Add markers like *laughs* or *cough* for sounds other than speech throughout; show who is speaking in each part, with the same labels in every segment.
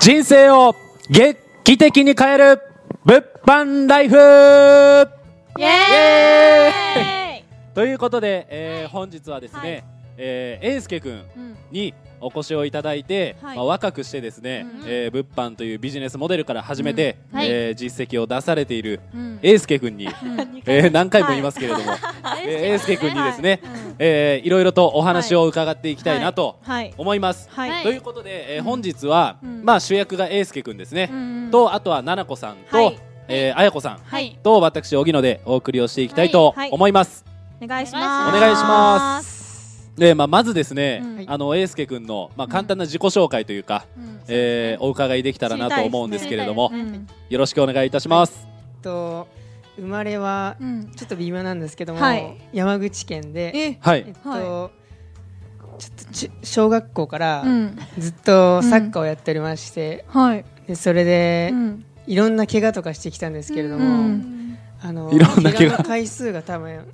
Speaker 1: 人生を劇的に変える物販ライフ
Speaker 2: イエーイ
Speaker 1: ということで、えー本日はですね、えー、えんすけくん
Speaker 2: うん
Speaker 1: にお越しをいただいて、
Speaker 2: はい
Speaker 1: まあ、若くしてですね、
Speaker 2: うん
Speaker 1: えー物販というビジネスモデルから始めて、
Speaker 2: うんはい
Speaker 1: えー実績を出されている
Speaker 2: うん
Speaker 1: えんすけくんに、えー何回も言いますけれども、
Speaker 2: はい
Speaker 1: えーえんすけくんにですね、
Speaker 2: はい
Speaker 1: いえーいろいろとお話を伺っていきたいなと
Speaker 2: はい
Speaker 1: 思います。
Speaker 2: はい
Speaker 1: ということで、えー本日は、
Speaker 2: うん
Speaker 1: まあ、主役がえんすけくんですね、
Speaker 2: うん
Speaker 1: とあとはななこさんと、
Speaker 2: はい
Speaker 1: えー、あやこさん
Speaker 2: はい
Speaker 1: と私荻野でお送りをしていきたいと
Speaker 2: はいはい
Speaker 1: 思います。
Speaker 2: お願いします
Speaker 1: お願いしますでまあ、まずですね、
Speaker 2: うん
Speaker 1: あのえいすけくんの、まあ、簡単な自己紹介というか、
Speaker 2: うん
Speaker 1: えーお伺いできたらなと思うんですけれども、
Speaker 2: うん
Speaker 1: よろしくお願いいたします。
Speaker 3: えっと生まれは
Speaker 2: うん
Speaker 3: ちょっと微妙なんですけども、
Speaker 2: はい
Speaker 3: 山口県で、
Speaker 2: え
Speaker 1: はい、
Speaker 3: えっと
Speaker 2: は
Speaker 3: ちょっとち小学校から
Speaker 2: うん
Speaker 3: ずっとサッカーをやっておりまして、
Speaker 2: はい
Speaker 3: でそれで、
Speaker 2: うん
Speaker 3: いろんな怪我とかしてきたんですけれども、
Speaker 2: うん
Speaker 3: あの
Speaker 1: いろんな怪我
Speaker 3: の回数が多分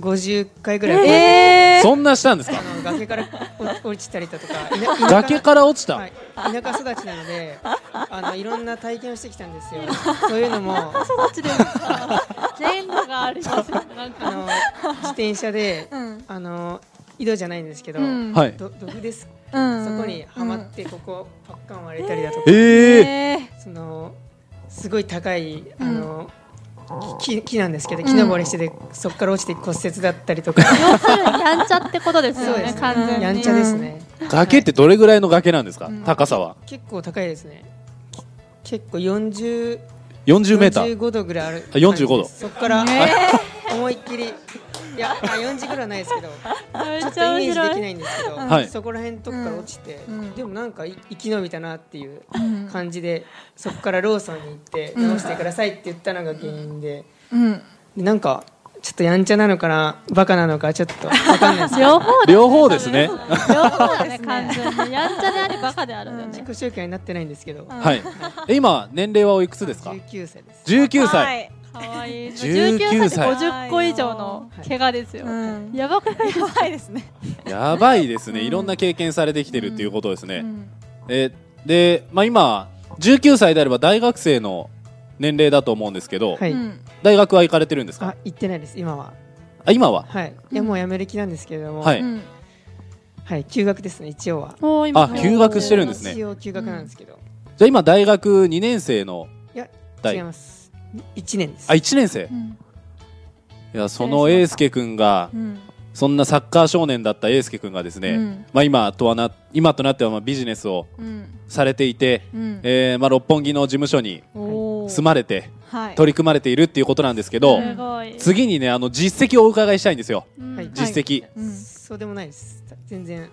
Speaker 3: 50回ぐらい、
Speaker 2: え
Speaker 1: そんなしたんですか
Speaker 3: あの崖からお *laughs* 落ちたりだとか
Speaker 2: *laughs*
Speaker 1: 崖から落ちた、
Speaker 3: はい、田舎育ちなのであのいろんな体験をしてきたんですよそういうのも
Speaker 4: 育ちでもさ、ジェンダーがありますよね。なん
Speaker 3: あ
Speaker 4: か
Speaker 3: の自転車で、
Speaker 2: うん
Speaker 3: あの井戸じゃないんですけど、
Speaker 2: うん
Speaker 1: はい
Speaker 3: ど毒です、
Speaker 2: うん
Speaker 3: そこにはまってここパッカン割れたりだとか、
Speaker 1: えー、
Speaker 2: え
Speaker 3: そのすごい高いあ
Speaker 2: ん
Speaker 3: の、木木なんですけど木登りしてて、そこから落ちて骨折だったり
Speaker 2: *laughs*
Speaker 3: とか、
Speaker 4: 要するにやんちゃってことです
Speaker 3: そ
Speaker 4: よ
Speaker 3: うで
Speaker 4: ね
Speaker 3: す。ね
Speaker 4: 完全に。
Speaker 3: やんちゃですね、
Speaker 1: 崖ってどれぐらいの崖なんですか、高さは
Speaker 3: 結構高いですねき結構40
Speaker 1: 40メーター
Speaker 3: 45度ぐらいある
Speaker 1: あ45度
Speaker 3: 感じですそこから、
Speaker 1: はい
Speaker 3: 思いっきりいやあ40ぐらいはないですけど
Speaker 4: め
Speaker 3: ちょ
Speaker 4: っ
Speaker 3: っ
Speaker 4: ち
Speaker 3: とイ
Speaker 4: ゃ
Speaker 3: メー
Speaker 4: 面
Speaker 3: ジで
Speaker 4: 白
Speaker 3: き
Speaker 4: い。
Speaker 3: ないんですけど、
Speaker 1: はい
Speaker 3: そこら辺のとこから落ちて、
Speaker 2: うん
Speaker 3: でもなんかい生き延びたなっていう
Speaker 2: うん
Speaker 3: 感じで、そこからローソンに行って
Speaker 2: ん
Speaker 3: 直してくださいって言ったのが原因で
Speaker 2: うん
Speaker 3: でなんかちょっとやんちゃなのかなバカなのかちょっとわか
Speaker 5: *laughs*
Speaker 3: んないです
Speaker 4: 両方だね
Speaker 1: 両方ですね。
Speaker 4: 両方だね、完全に。やんちゃであり、バカであるよね
Speaker 3: 自。己紹介になってないんですけど、
Speaker 1: はいえ今年齢はおいくつですか
Speaker 3: 19歳です
Speaker 1: 19歳、
Speaker 2: はい
Speaker 4: 可愛いい。
Speaker 1: 19
Speaker 4: 19歳
Speaker 1: 歳
Speaker 4: で50個以上の怪我ですよ。
Speaker 2: うん
Speaker 4: やばくないです
Speaker 2: 怖いですね
Speaker 1: やばいですね、いろんな経験されてきてるっていうことですね、えで、まあ、今19歳であれば大学生の年齢だと思うんですけど、
Speaker 3: はい、
Speaker 2: うん、
Speaker 1: 大学は行かれてるんですか
Speaker 3: あ行ってないです今は
Speaker 1: あ今は
Speaker 3: はいいやもうやめる気なんですけれども、
Speaker 1: はいう
Speaker 2: ん
Speaker 3: はい休学ですね一応は
Speaker 4: もう今
Speaker 1: あ休学してるんですね
Speaker 3: 一応休学なんですけど、
Speaker 1: じゃあ今大学2年生の
Speaker 3: いや
Speaker 1: 大
Speaker 3: 違います1年です
Speaker 1: あ1年生、いやその英介君が
Speaker 2: うん
Speaker 1: そんなサッカー少年だった英介君がですね、
Speaker 2: うん
Speaker 1: まあ、今とはな今となってはまあビジネスを
Speaker 2: うん
Speaker 1: されていて、
Speaker 2: うん
Speaker 1: えーまあ、六本木の事務所に
Speaker 2: おー
Speaker 1: 住まれて
Speaker 2: はい
Speaker 1: 取り組まれているっていうことなんですけど、
Speaker 4: すごい。
Speaker 1: 次にねあの実績をお伺いしたいんですよ
Speaker 4: うん
Speaker 3: はい
Speaker 1: 実績、
Speaker 2: うん
Speaker 3: そうでもないです。全
Speaker 1: *laughs*
Speaker 3: 然。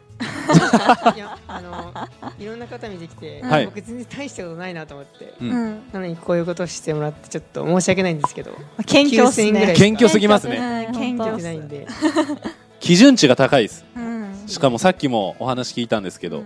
Speaker 3: いや、あの、いろんな方見てきて、
Speaker 1: はい
Speaker 3: 僕全然大したことないなと思って。
Speaker 1: うん
Speaker 2: うん
Speaker 3: なのに、こういうことをしてもらって、ちょっと申し訳ないんですけど。
Speaker 2: 謙虚っす
Speaker 3: 9000ぐら
Speaker 2: ね
Speaker 3: い
Speaker 1: 謙虚すぎますね
Speaker 2: ね
Speaker 4: 謙
Speaker 2: 謙
Speaker 4: 虚
Speaker 2: 虚
Speaker 3: で。
Speaker 4: ですす
Speaker 3: ない
Speaker 4: ね
Speaker 3: んで。
Speaker 1: 基準値が高いです
Speaker 2: うん
Speaker 1: しかもさっきもお話聞いたんですけど、
Speaker 2: うん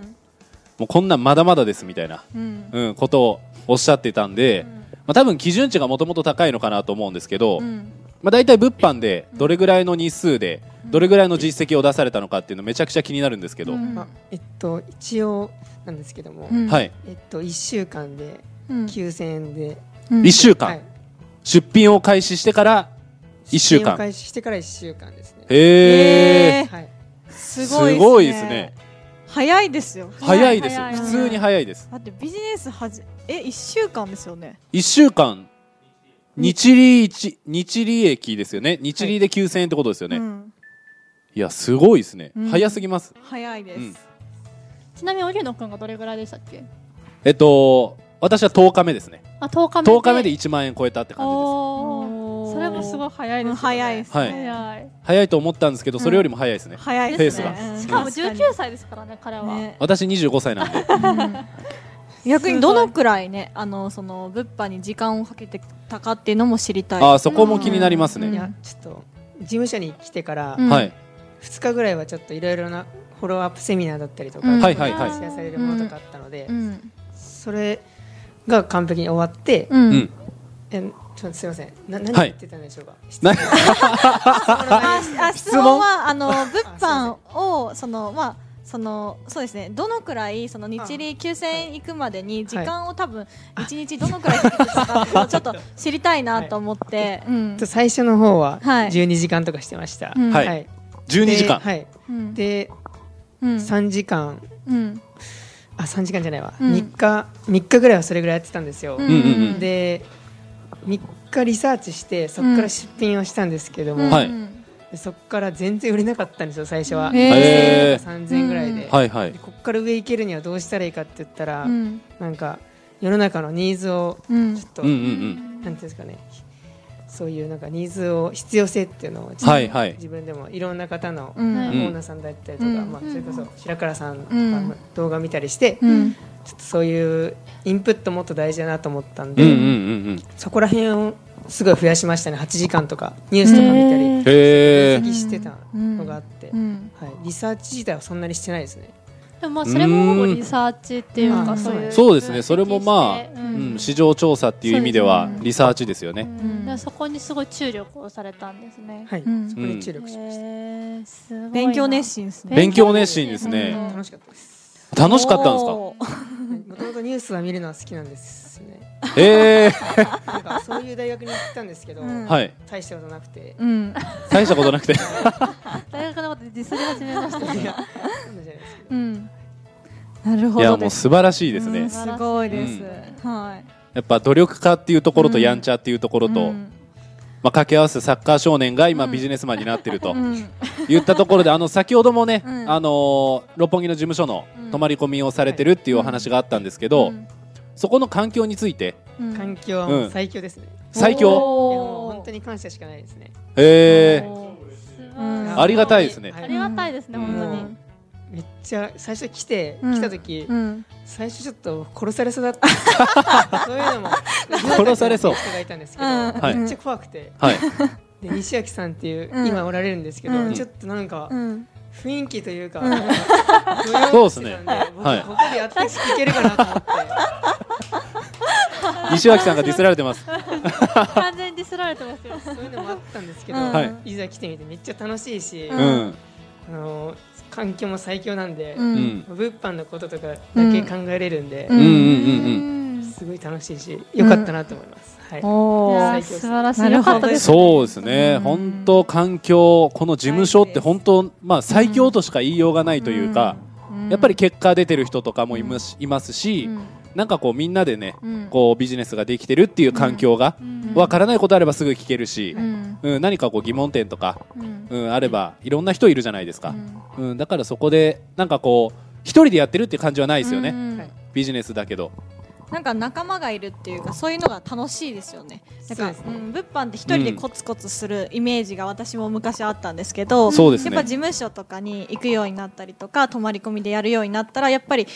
Speaker 1: もうこんなんまだまだですみたいな、
Speaker 2: うん
Speaker 1: うん、ことをおっしゃってたんで、まあ、多分基準値がもともと高いのかなと思うんですけど、
Speaker 2: うん
Speaker 1: まあ、大体物販でどれぐらいの日数でどれぐらいの実績を出されたのかっていうのめちゃくちゃ気になるんですけど、
Speaker 2: うん
Speaker 3: あえっと、一応なんですけども、
Speaker 2: うん
Speaker 1: はい、
Speaker 3: えっと、一週間で
Speaker 2: うん
Speaker 3: 9000円で。
Speaker 2: うん
Speaker 1: 1週間、
Speaker 3: はい。
Speaker 1: 出品を開始してから1週
Speaker 3: 支援を
Speaker 1: 間
Speaker 3: 開始してから一週間ですね。
Speaker 1: へえ
Speaker 2: え
Speaker 3: はい。
Speaker 2: す
Speaker 1: す
Speaker 2: ごい
Speaker 1: ごいですね
Speaker 2: 早いですよ
Speaker 1: 早いですよ
Speaker 4: 早い
Speaker 1: 普通に早いです
Speaker 5: だってビジネスはじえ一週間ですよね。
Speaker 1: 1週間日利一日利益ですよね日利で9000円ってことですよね、
Speaker 5: うん、
Speaker 1: いやすごいですね、
Speaker 5: うん
Speaker 1: 早すぎます
Speaker 5: 早いです。
Speaker 1: うん
Speaker 4: ちなみに荻野くんがどれぐらいでしたっけ
Speaker 1: えっと私は10日目ですね
Speaker 4: あ、10日目で。
Speaker 1: 10日目で1万円超えたって感じで
Speaker 4: おー
Speaker 5: おー
Speaker 4: それもすごい早いですよね、
Speaker 5: うん早いです
Speaker 1: はい
Speaker 4: 早い
Speaker 1: す早いと思ったんですけどそれよりも早いですね、
Speaker 5: 早い
Speaker 1: ペース
Speaker 5: ね。
Speaker 4: しかも
Speaker 5: うん
Speaker 4: 19歳ですからね彼は、
Speaker 5: ね
Speaker 1: 私25歳なんで
Speaker 5: 逆にどのくらいねあのその物販に時間をかけてたかっていうのも知りたい。
Speaker 1: ああそこも気になります
Speaker 3: い
Speaker 1: ね、
Speaker 3: や、ちょっと、事務所に来てから、
Speaker 2: うん
Speaker 1: はい
Speaker 3: 二日ぐらいはちょっといろいろな。フォローアップセミナーだったりとか、
Speaker 2: うんはい
Speaker 1: はいはい
Speaker 3: シェアされるものとかあったので、
Speaker 2: うん
Speaker 3: それが完璧に終わって、
Speaker 2: う
Speaker 1: うんん
Speaker 3: えちょっとすみませんな何
Speaker 1: はい
Speaker 3: 言ってたんでしょうか、
Speaker 1: *laughs* な
Speaker 5: ああ質問はあの物
Speaker 3: あ
Speaker 5: 販をそのまあそのそうですねどのくらいその日理休戦行くまでに時間を多分一日どのくらいかけてたかっていうのをちょっと知りたいなと思って、うん
Speaker 3: と最初の方は
Speaker 5: はい
Speaker 3: 12時間とかしてました。
Speaker 5: うん
Speaker 1: はい12時
Speaker 3: で
Speaker 1: 間
Speaker 3: はい。
Speaker 5: うん
Speaker 3: で、
Speaker 5: うん
Speaker 3: 3時間、
Speaker 5: うん
Speaker 3: あ、3時間じゃないわ。
Speaker 5: うん
Speaker 3: 3日、3日ぐらいはそれぐらいやってたんですよ。
Speaker 1: んうんうん
Speaker 3: で、3日リサーチして、そこから出品をしたんですけども、
Speaker 1: はい
Speaker 5: うん
Speaker 3: でそこから全然売れなかったんですよ、最初は。
Speaker 1: へー
Speaker 3: 3000ぐらいで。
Speaker 1: はいはい
Speaker 3: でここから上行けるにはどうしたらいいかって言ったら、
Speaker 5: うん
Speaker 3: なんか世の中のニーズを
Speaker 5: うん
Speaker 3: ちょっと、
Speaker 1: うんうんうん
Speaker 3: なんていうんですかねそういうなんかニーズを必要性っていうのを自分,、
Speaker 1: はいはい
Speaker 3: でもいろんな方の、
Speaker 5: うん
Speaker 3: オ
Speaker 4: はい
Speaker 3: ーナーさんだったりとか、
Speaker 5: うん
Speaker 3: まあ、それこそ白倉さんとか
Speaker 5: うん
Speaker 3: まあ動画見たりして、
Speaker 5: う
Speaker 3: ちょ
Speaker 5: ん
Speaker 3: っとそういうインプットもっと大事だなと思ったん
Speaker 1: う
Speaker 3: で、
Speaker 1: んうんうんうん
Speaker 3: そこら辺をすごい増やしましたね8時間とかニュースとか見たり
Speaker 1: へ
Speaker 3: 分
Speaker 1: え
Speaker 3: 析してたのがあって、
Speaker 5: うん
Speaker 3: はい、リサーチ自体はそんなにしてないですね。
Speaker 4: でもまあそれも
Speaker 1: うーん
Speaker 4: リサーチっていう
Speaker 3: う
Speaker 4: か
Speaker 3: ん
Speaker 4: そういう
Speaker 1: そうですねそれもまあ、
Speaker 4: う
Speaker 1: うんん、市場調査っていう意味では
Speaker 5: そうですね
Speaker 1: リサーチですよね
Speaker 4: うんでそこにすごい注力をされたんですね。
Speaker 3: はい、
Speaker 5: うん
Speaker 3: そこに注力しまし
Speaker 4: へ
Speaker 3: た、
Speaker 4: ーすごいな
Speaker 5: 勉強熱心ですね
Speaker 1: 勉強熱心です
Speaker 4: うん
Speaker 1: ね
Speaker 3: 楽しかったです
Speaker 1: 楽しかったんですか
Speaker 5: おー
Speaker 3: *laughs* もともとニュースは見るのは好きなんですね。
Speaker 1: ええ
Speaker 3: なんかそういう大学に行ったんですけど、
Speaker 5: うん
Speaker 1: *laughs* はい
Speaker 3: 大したことなくて、
Speaker 5: うん
Speaker 1: 大したことなく
Speaker 5: *laughs*
Speaker 1: て
Speaker 4: 大学のことでディスり始めましたね。
Speaker 3: いや、そうなんじゃないですけど、
Speaker 5: うんなるほ
Speaker 1: いや
Speaker 5: ど
Speaker 1: も
Speaker 5: で
Speaker 1: う
Speaker 5: す
Speaker 1: 素晴らしいですね、
Speaker 5: うんすごいです
Speaker 1: う
Speaker 5: はい
Speaker 1: やっぱ努力家っていうところとやんちゃっていうところと、
Speaker 5: うん
Speaker 1: まあ、掛け合わせサッカー少年が今
Speaker 5: うん
Speaker 1: ビジネスマンになってると
Speaker 5: うん
Speaker 1: 言ったところであの先ほどもね、
Speaker 5: うん
Speaker 1: あのー六本木の事務所の
Speaker 5: うん
Speaker 1: 泊まり込みをされてるっていうお話があったんですけど、
Speaker 5: うん
Speaker 1: そこの環境について
Speaker 5: うん
Speaker 3: 環境はもう最強ですね。
Speaker 1: 最強
Speaker 3: い
Speaker 4: おー
Speaker 3: やもう本当に感謝しかないですね。
Speaker 1: えー、
Speaker 4: おー素晴
Speaker 5: う
Speaker 4: らし
Speaker 5: ん
Speaker 1: ありがたいですね
Speaker 3: は
Speaker 4: ありがたいですね、
Speaker 1: うん
Speaker 4: 本
Speaker 3: めっちゃ最初来て、
Speaker 5: うん
Speaker 3: 来た時、
Speaker 5: うん
Speaker 3: 最初ちょっと殺されそうだった。そういうのも
Speaker 1: 殺されそう
Speaker 3: 人がいたんですけど、
Speaker 5: うん
Speaker 1: はい
Speaker 3: めっちゃ怖くて、
Speaker 1: はい
Speaker 3: で西脇さんっていう、
Speaker 5: うん
Speaker 3: 今おられるんですけど、
Speaker 5: うん
Speaker 3: ちょっとなんか。
Speaker 5: うん
Speaker 3: 雰囲気というか、
Speaker 5: うん
Speaker 1: そうですねは
Speaker 3: はいここでやっていけるかなと思って。
Speaker 1: 西脇さんがディスられてます
Speaker 4: 当に。完全にディスられてますよ。
Speaker 3: そういうのもあったんですけど、
Speaker 5: うん
Speaker 1: はい
Speaker 3: いざ来てみてめっちゃ楽しいし、
Speaker 1: う、
Speaker 5: うんん
Speaker 3: あの環境も最強なんで、
Speaker 5: うん
Speaker 1: うん
Speaker 3: 物販のこととかだけ考えれるんで、
Speaker 5: うん
Speaker 1: うんうんうんうん
Speaker 3: すごい楽しいし良かったなと思います、はい
Speaker 5: お
Speaker 4: いや
Speaker 5: ー
Speaker 4: ー
Speaker 3: 最強です
Speaker 4: 素晴らし。
Speaker 5: ないる
Speaker 4: よ
Speaker 5: ほど
Speaker 4: かったです。
Speaker 1: そうですね、
Speaker 5: うん
Speaker 1: 本当、環境、この事務所って本当、まあ、最強としか言いようがないというか、やっぱり結果出てる人とかもいます,、いますし、なんかこう、みんなでね、
Speaker 5: うん
Speaker 1: こうビジネスができてるっていう環境が、
Speaker 4: うん
Speaker 1: わからないことあればすぐ聞けるし
Speaker 5: う、ん
Speaker 1: うん、何かこう疑問点とか、
Speaker 5: うん
Speaker 1: うん、あれば、いろんな人いるじゃないですか、うん、だからそこで、なんかこう、一人でやってるって感じはないですよね、
Speaker 5: うん
Speaker 3: はい
Speaker 1: ビジネスだけど。
Speaker 5: なんか仲間がいるっていうかそういうのが楽しいですよねなん
Speaker 3: そう
Speaker 5: か
Speaker 3: ですね
Speaker 5: うん物販って一人でコツコツするイメージが私も昔あったんですけど、
Speaker 1: そうですね
Speaker 5: やっぱ事務所とかに行くようになったりとか泊まり込みでやるようになったらやっぱり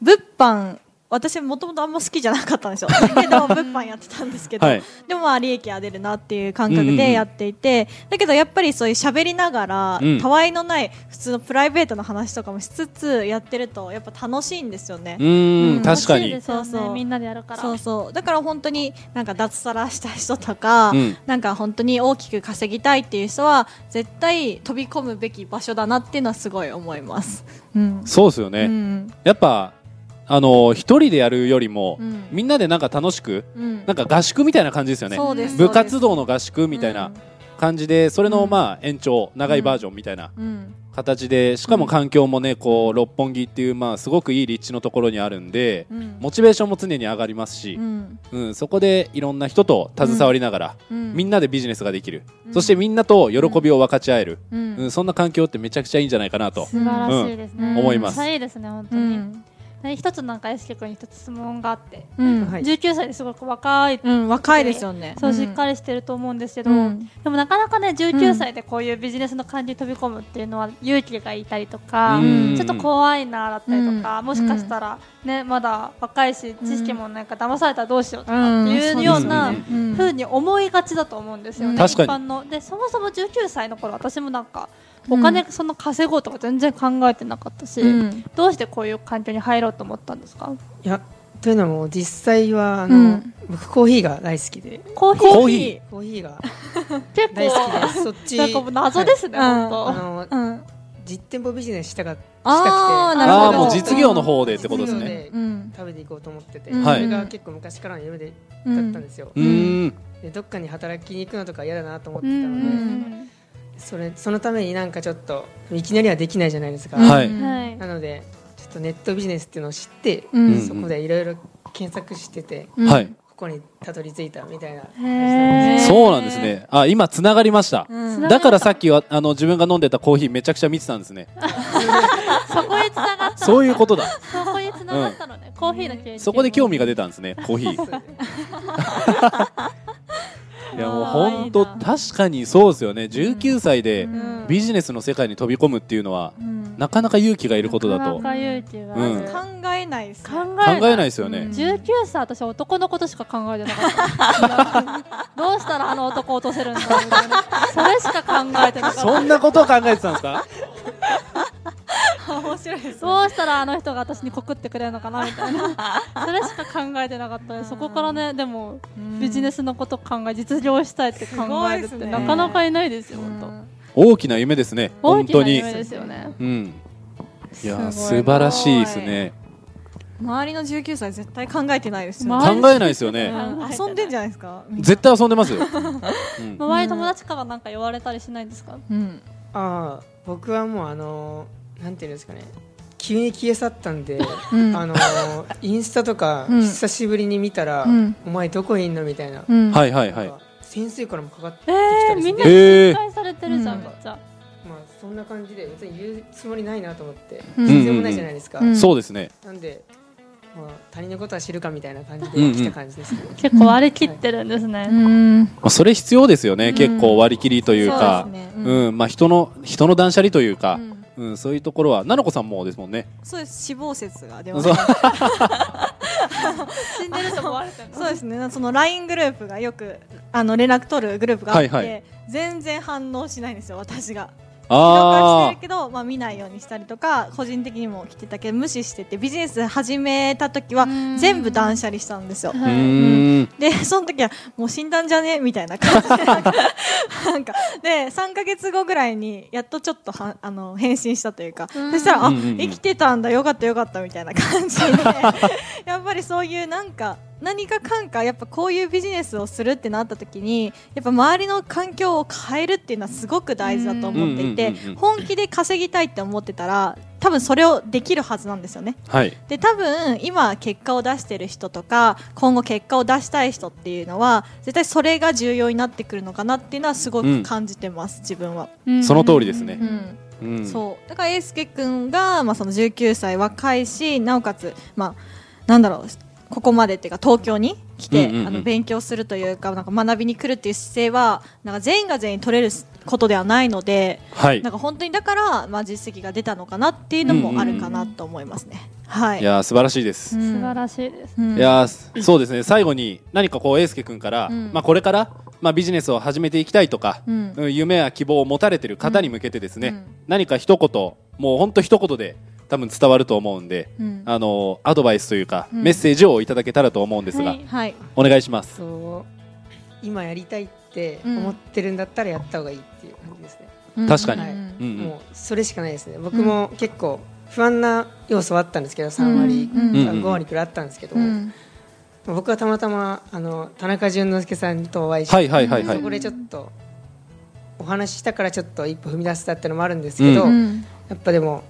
Speaker 5: 物販私もともとあんま好きじゃなかったんで
Speaker 1: *laughs*
Speaker 5: すよだけど物販やってたんですけど、
Speaker 1: はい
Speaker 5: でもまあ利益は出るなっていう感覚でやっていて、だけどやっぱりそういう喋りながら、
Speaker 1: うん
Speaker 5: たわいのない普通のプライベートの話とかもしつつやってるとやっぱ楽しいんですよね
Speaker 1: う。ー、
Speaker 5: うんん
Speaker 1: 確か
Speaker 4: 楽しい
Speaker 1: に
Speaker 4: で。すよね
Speaker 5: そうそう
Speaker 4: みんなでやるから。
Speaker 5: そうそうだから本当になんか脱サラした人とか、
Speaker 1: うん
Speaker 5: なんか本当に大きく稼ぎたいっていう人は絶対飛び込むべき場所だなっていうのはすごい思います。うん、
Speaker 1: そうですよね。
Speaker 5: うん
Speaker 1: やっぱあの一人でやるよりも、
Speaker 5: うん
Speaker 1: みんなでなんか楽しく
Speaker 5: うん
Speaker 1: なんか合宿みたいな感じですよね
Speaker 5: そうです
Speaker 1: 部活動の合宿みたいな感じでそれのまあ延長、長いバージョンみたいな
Speaker 5: うん
Speaker 1: 形でしかも環境もねこう六本木っていうまあすごくいい立地のところにあるんで、
Speaker 5: うん
Speaker 1: モチベーションも常に上がりますし
Speaker 5: う、ん
Speaker 1: うんそこでいろんな人と携わりながら、
Speaker 5: うん
Speaker 1: みんなでビジネスができる、そしてみんなと喜びを分かち合える、
Speaker 5: う
Speaker 1: うん
Speaker 5: ん
Speaker 1: そんな環境ってめちゃくちゃいいんじゃないかなと。
Speaker 4: 素晴らしいですね。
Speaker 5: うん
Speaker 1: 思います
Speaker 4: めっちゃいいですね、本当
Speaker 5: う
Speaker 4: に。
Speaker 5: ん
Speaker 4: で一つなんか S 君に一つ質問があって、
Speaker 5: うん
Speaker 3: はい
Speaker 4: 19歳ですごく若い、
Speaker 5: うん若いですよね。
Speaker 4: そうしっか
Speaker 5: り
Speaker 4: りしてると思うんですけど、
Speaker 5: うん
Speaker 4: でもなかなかね19
Speaker 5: うん
Speaker 4: 歳でこういうビジネスの感じに飛び込むっていうのは勇気がいたりとか、
Speaker 1: うん
Speaker 4: ちょっと怖いなだったりとか、
Speaker 5: うん
Speaker 4: もしかしたら、ね、まだ若いし知識もないから騙されたらどうしようと
Speaker 5: う
Speaker 4: かっ
Speaker 5: ん
Speaker 4: ていうような。
Speaker 1: そうです
Speaker 5: うん
Speaker 4: ふうに思いがちだと思うんですよね、
Speaker 1: 確かに
Speaker 4: 一般のでそもそも19歳の頃私もなんかお金そんな稼ごうとか全然考えてなかったし、
Speaker 5: うん
Speaker 4: どうしてこういう環境に入ろうと思ったんですか
Speaker 3: いやというのも実際はあの、
Speaker 5: うん
Speaker 3: 僕コーヒーが大好きで
Speaker 4: コーヒー
Speaker 1: コーヒ
Speaker 3: コーヒーが
Speaker 4: 結
Speaker 3: 大好きで
Speaker 4: 構
Speaker 3: すそっち
Speaker 4: なんかもう謎ですね、
Speaker 5: はい
Speaker 4: 本当、
Speaker 3: はいあの
Speaker 5: うん
Speaker 3: 実店舗ビジネスしたかしたくて
Speaker 5: あーなるほど
Speaker 1: ああーもう実業の方でってことです
Speaker 3: 実
Speaker 1: ね
Speaker 3: 業で
Speaker 5: うん
Speaker 3: 食べていこうと思ってて、
Speaker 5: うん
Speaker 1: はい
Speaker 3: それが結構昔からの夢でだった
Speaker 5: うん
Speaker 3: んですよ、
Speaker 1: うーん
Speaker 3: でどっかに働きに行くのとか嫌だなと思って
Speaker 4: う
Speaker 3: た
Speaker 4: ん
Speaker 3: の
Speaker 4: う
Speaker 3: で、
Speaker 4: ん
Speaker 3: それそのためになんかちょっといきなりはできないじゃないですか、
Speaker 1: は
Speaker 5: う
Speaker 1: い
Speaker 4: うんんはい
Speaker 3: なのでちょっとネットビジネスっていうのを知って、
Speaker 5: うん
Speaker 1: うん
Speaker 3: そこでいろいろ検索してて、
Speaker 5: うん
Speaker 1: はい
Speaker 3: ここにたどり着いたみたいな感じなん
Speaker 4: へ
Speaker 3: です
Speaker 4: ー
Speaker 1: そうなんですねあ今つながりました
Speaker 5: う
Speaker 4: つ
Speaker 5: ん
Speaker 4: なが
Speaker 1: だからさっきはあの自分が飲んでたコーヒーめちゃくちゃ見てたんですね
Speaker 4: そこへつながった
Speaker 1: そういうことだ
Speaker 4: そこへつながったのねコーヒーの経
Speaker 1: そこで興味が
Speaker 4: 出
Speaker 1: 出たんですねコーヒー
Speaker 3: そうです
Speaker 1: いやもう本当確かにそうですよね19歳で
Speaker 5: うん
Speaker 1: ビジネスの世界に飛び込むっていうのは
Speaker 5: うん
Speaker 1: なかなか勇気がいることだと
Speaker 4: なかなか勇気が
Speaker 1: うん
Speaker 4: ある
Speaker 5: 考えないです
Speaker 4: 考
Speaker 1: 考え
Speaker 4: え
Speaker 1: ない
Speaker 4: ない
Speaker 1: ですよね
Speaker 4: 19歳私男のことしか考えてなかったどうしたらあの男落とせるんだろうみたいなそれしか考えてなかった
Speaker 1: そんなことを考えてたんですか
Speaker 5: 面白いです
Speaker 4: どうしたらあの人が私に告ってくれるのかなみたいなそれしか考えてなかったねそこからねでもビジネスのこと考え実業したいって考えるっ
Speaker 5: すごい
Speaker 4: て
Speaker 5: ですね
Speaker 4: なかなかいないですよ
Speaker 5: うん
Speaker 4: 本
Speaker 1: 大きな夢ですね
Speaker 4: 当大
Speaker 1: 本
Speaker 4: き
Speaker 1: 当
Speaker 4: な
Speaker 1: に
Speaker 4: 夢ですよね
Speaker 1: うんいやー
Speaker 4: すごい
Speaker 1: 素晴らしいですね
Speaker 5: 周りの19歳絶対考えてないですよ
Speaker 1: 考
Speaker 4: 周
Speaker 1: え
Speaker 4: り
Speaker 1: ないですよ
Speaker 4: う
Speaker 1: ね
Speaker 4: ん
Speaker 5: 遊んでんじゃないですか
Speaker 1: 絶対遊んでますよ、うん
Speaker 4: 周りの友達からなんか言われたりしないんですか
Speaker 5: うん
Speaker 3: ああ僕はもうあのなんていうんですかね急に消え去ったんで、
Speaker 5: うん
Speaker 3: あのインスタとか
Speaker 5: うん
Speaker 3: 久しぶりに見たら、
Speaker 5: うん
Speaker 3: お前どこいんのみたいな、
Speaker 5: うん
Speaker 1: はいはいは
Speaker 3: ないんか先生からもかかってき
Speaker 4: え
Speaker 3: た
Speaker 4: ー、
Speaker 3: り
Speaker 4: み
Speaker 3: し
Speaker 4: ん
Speaker 3: て、
Speaker 4: な
Speaker 1: へー
Speaker 4: 心配されてるじゃん、
Speaker 5: うん
Speaker 4: めっちゃ
Speaker 3: まあ、そんな感じで別に言うつもりないなと思って、
Speaker 5: うん
Speaker 3: 必要もないじゃないですか、
Speaker 5: うんうん
Speaker 1: そうですね
Speaker 3: なんで、まあ、他人のことは知るかみたいな感じで
Speaker 1: うんうん
Speaker 3: 来た感じですね、
Speaker 4: 結構割り切ってるんですね、
Speaker 5: うん
Speaker 1: まあそれ必要ですよね、
Speaker 5: うん
Speaker 1: 結構割り切りというか
Speaker 5: そうですね
Speaker 1: う、
Speaker 5: うんん
Speaker 1: まあ人の人の断捨離というか
Speaker 5: う、ん
Speaker 1: うんそういうところはななこさんもですもんね
Speaker 5: そうです死亡説が出ま
Speaker 1: そ
Speaker 5: す *laughs*
Speaker 1: う
Speaker 4: 死んでると思われてる
Speaker 5: そうですねその LINE グループがよくあの連絡取るグループがあって、
Speaker 1: はいはい
Speaker 5: 全然反応しないんですよ私が記録はし
Speaker 1: あ
Speaker 5: てるけど、まあ、見ないようにしたりとか個人的にも来てたけど無視しててビジネス始めた時は
Speaker 4: うん
Speaker 5: 全部断捨離したんですよ
Speaker 1: あう
Speaker 4: はい
Speaker 1: ーん
Speaker 5: でその時はもう死んだんじゃねみたいな感じ
Speaker 1: *laughs*
Speaker 5: でなんかなんかで3か月後ぐらいにやっとちょっとはあの返信したというか、
Speaker 4: うん
Speaker 5: そしたらあ、
Speaker 1: うんうんうん
Speaker 5: 生きてたんだよかったよかったみたいな感
Speaker 1: *laughs*
Speaker 5: じで *laughs* やっぱりそういうなんか何かかんかやっぱこういうビジネスをするってなった時にやっぱ周りの環境を変えるっていうのはすごく大事だと思っていて、
Speaker 1: うんうんうんうん
Speaker 5: 本気で稼ぎたいって思ってたら多分それをできるはずなんですよね。
Speaker 1: はい
Speaker 5: で多分今結果を出してる人とか今後結果を出したい人っていうのは絶対それが重要になってくるのかなっていうのはすごく感じてます、自分は、
Speaker 1: その通りですね
Speaker 5: うん
Speaker 1: うん
Speaker 5: そうだから英介君が、まあ、その19歳若いしなおかつ、まあ、なんだろうここまでっていうか東京に来て、
Speaker 1: うんうんうん
Speaker 5: あの勉強するというかなんか学びに来るっていう姿勢はなんか全員が全員取れることではないので
Speaker 1: はい
Speaker 5: なんか本当にだから、まあ、実績が出たのかなっていうのもあるかなと思いますね。はい
Speaker 1: いやー素晴らしいです、
Speaker 4: 素晴らしいです、
Speaker 5: うん
Speaker 1: いやーそうですね最後に何かこう英介君から、
Speaker 5: うん
Speaker 1: まあ、これから、まあ、ビジネスを始めていきたいとか、
Speaker 5: うん
Speaker 1: うん夢や希望を持たれてる方に向けてですね、
Speaker 5: うん
Speaker 1: 何か一言もう本当一言で多分伝わると思うんで、
Speaker 5: うん
Speaker 1: あのーアドバイスというか、
Speaker 5: うん
Speaker 1: メッセージをいただけたらと思うんですが、
Speaker 4: はい
Speaker 5: はい。
Speaker 1: お願いします
Speaker 3: そう今やりたいって思ってるんだったらやった方がいいっていう感じですね、
Speaker 1: 確かに
Speaker 5: うんうん
Speaker 1: うんうん
Speaker 3: もうそれしかないですね僕も結構不安な要素はあったんですけど3割
Speaker 5: うん
Speaker 1: うん
Speaker 3: 5割くらいあったんですけど、
Speaker 5: うん
Speaker 3: 僕はたまたまあの田中淳之介さんとお会いして、
Speaker 1: はいはいはいはい
Speaker 3: そこでちょっとお話ししたからちょっと一歩踏み出せたってのもあるんですけど、
Speaker 1: う
Speaker 5: うん
Speaker 3: やっぱでも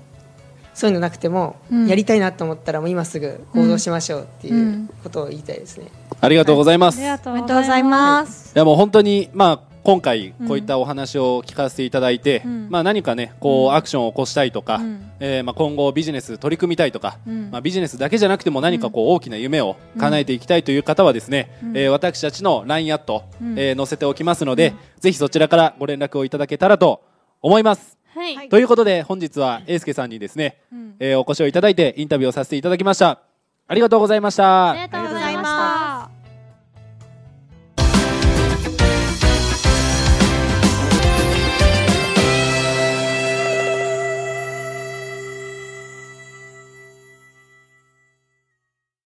Speaker 3: そういうのなくても、
Speaker 5: うん
Speaker 3: やりたいなと思ったらもう今すぐ行動しましょうっていうことを言いたいですね、
Speaker 1: ありがとうございま
Speaker 4: あ
Speaker 1: す、
Speaker 4: り
Speaker 1: い、
Speaker 4: がと
Speaker 5: お
Speaker 4: う
Speaker 5: めでとうございます。
Speaker 1: やもう本当にまあ今回こういったお話を聞かせていただいて、
Speaker 5: うん
Speaker 1: まあ、何かねこうアクションを起こしたいとか、
Speaker 5: うん
Speaker 1: えーまあ、今後ビジネス取り組みたいとか、
Speaker 5: うん
Speaker 1: まあ、ビジネスだけじゃなくても何かこう大きな夢を叶えていきたいという方はですね、えー私たちの LINE アット、
Speaker 5: ん
Speaker 1: えー載せておきますので、ぜひそちらからご連絡をいただけたらと思います。
Speaker 4: はい、
Speaker 5: はい
Speaker 1: ということで本日は英介さんにですね、
Speaker 5: うん
Speaker 1: えーお越しをいただいてインタビューをさせていただきました。ありがとうございました。
Speaker 4: ありがとうござい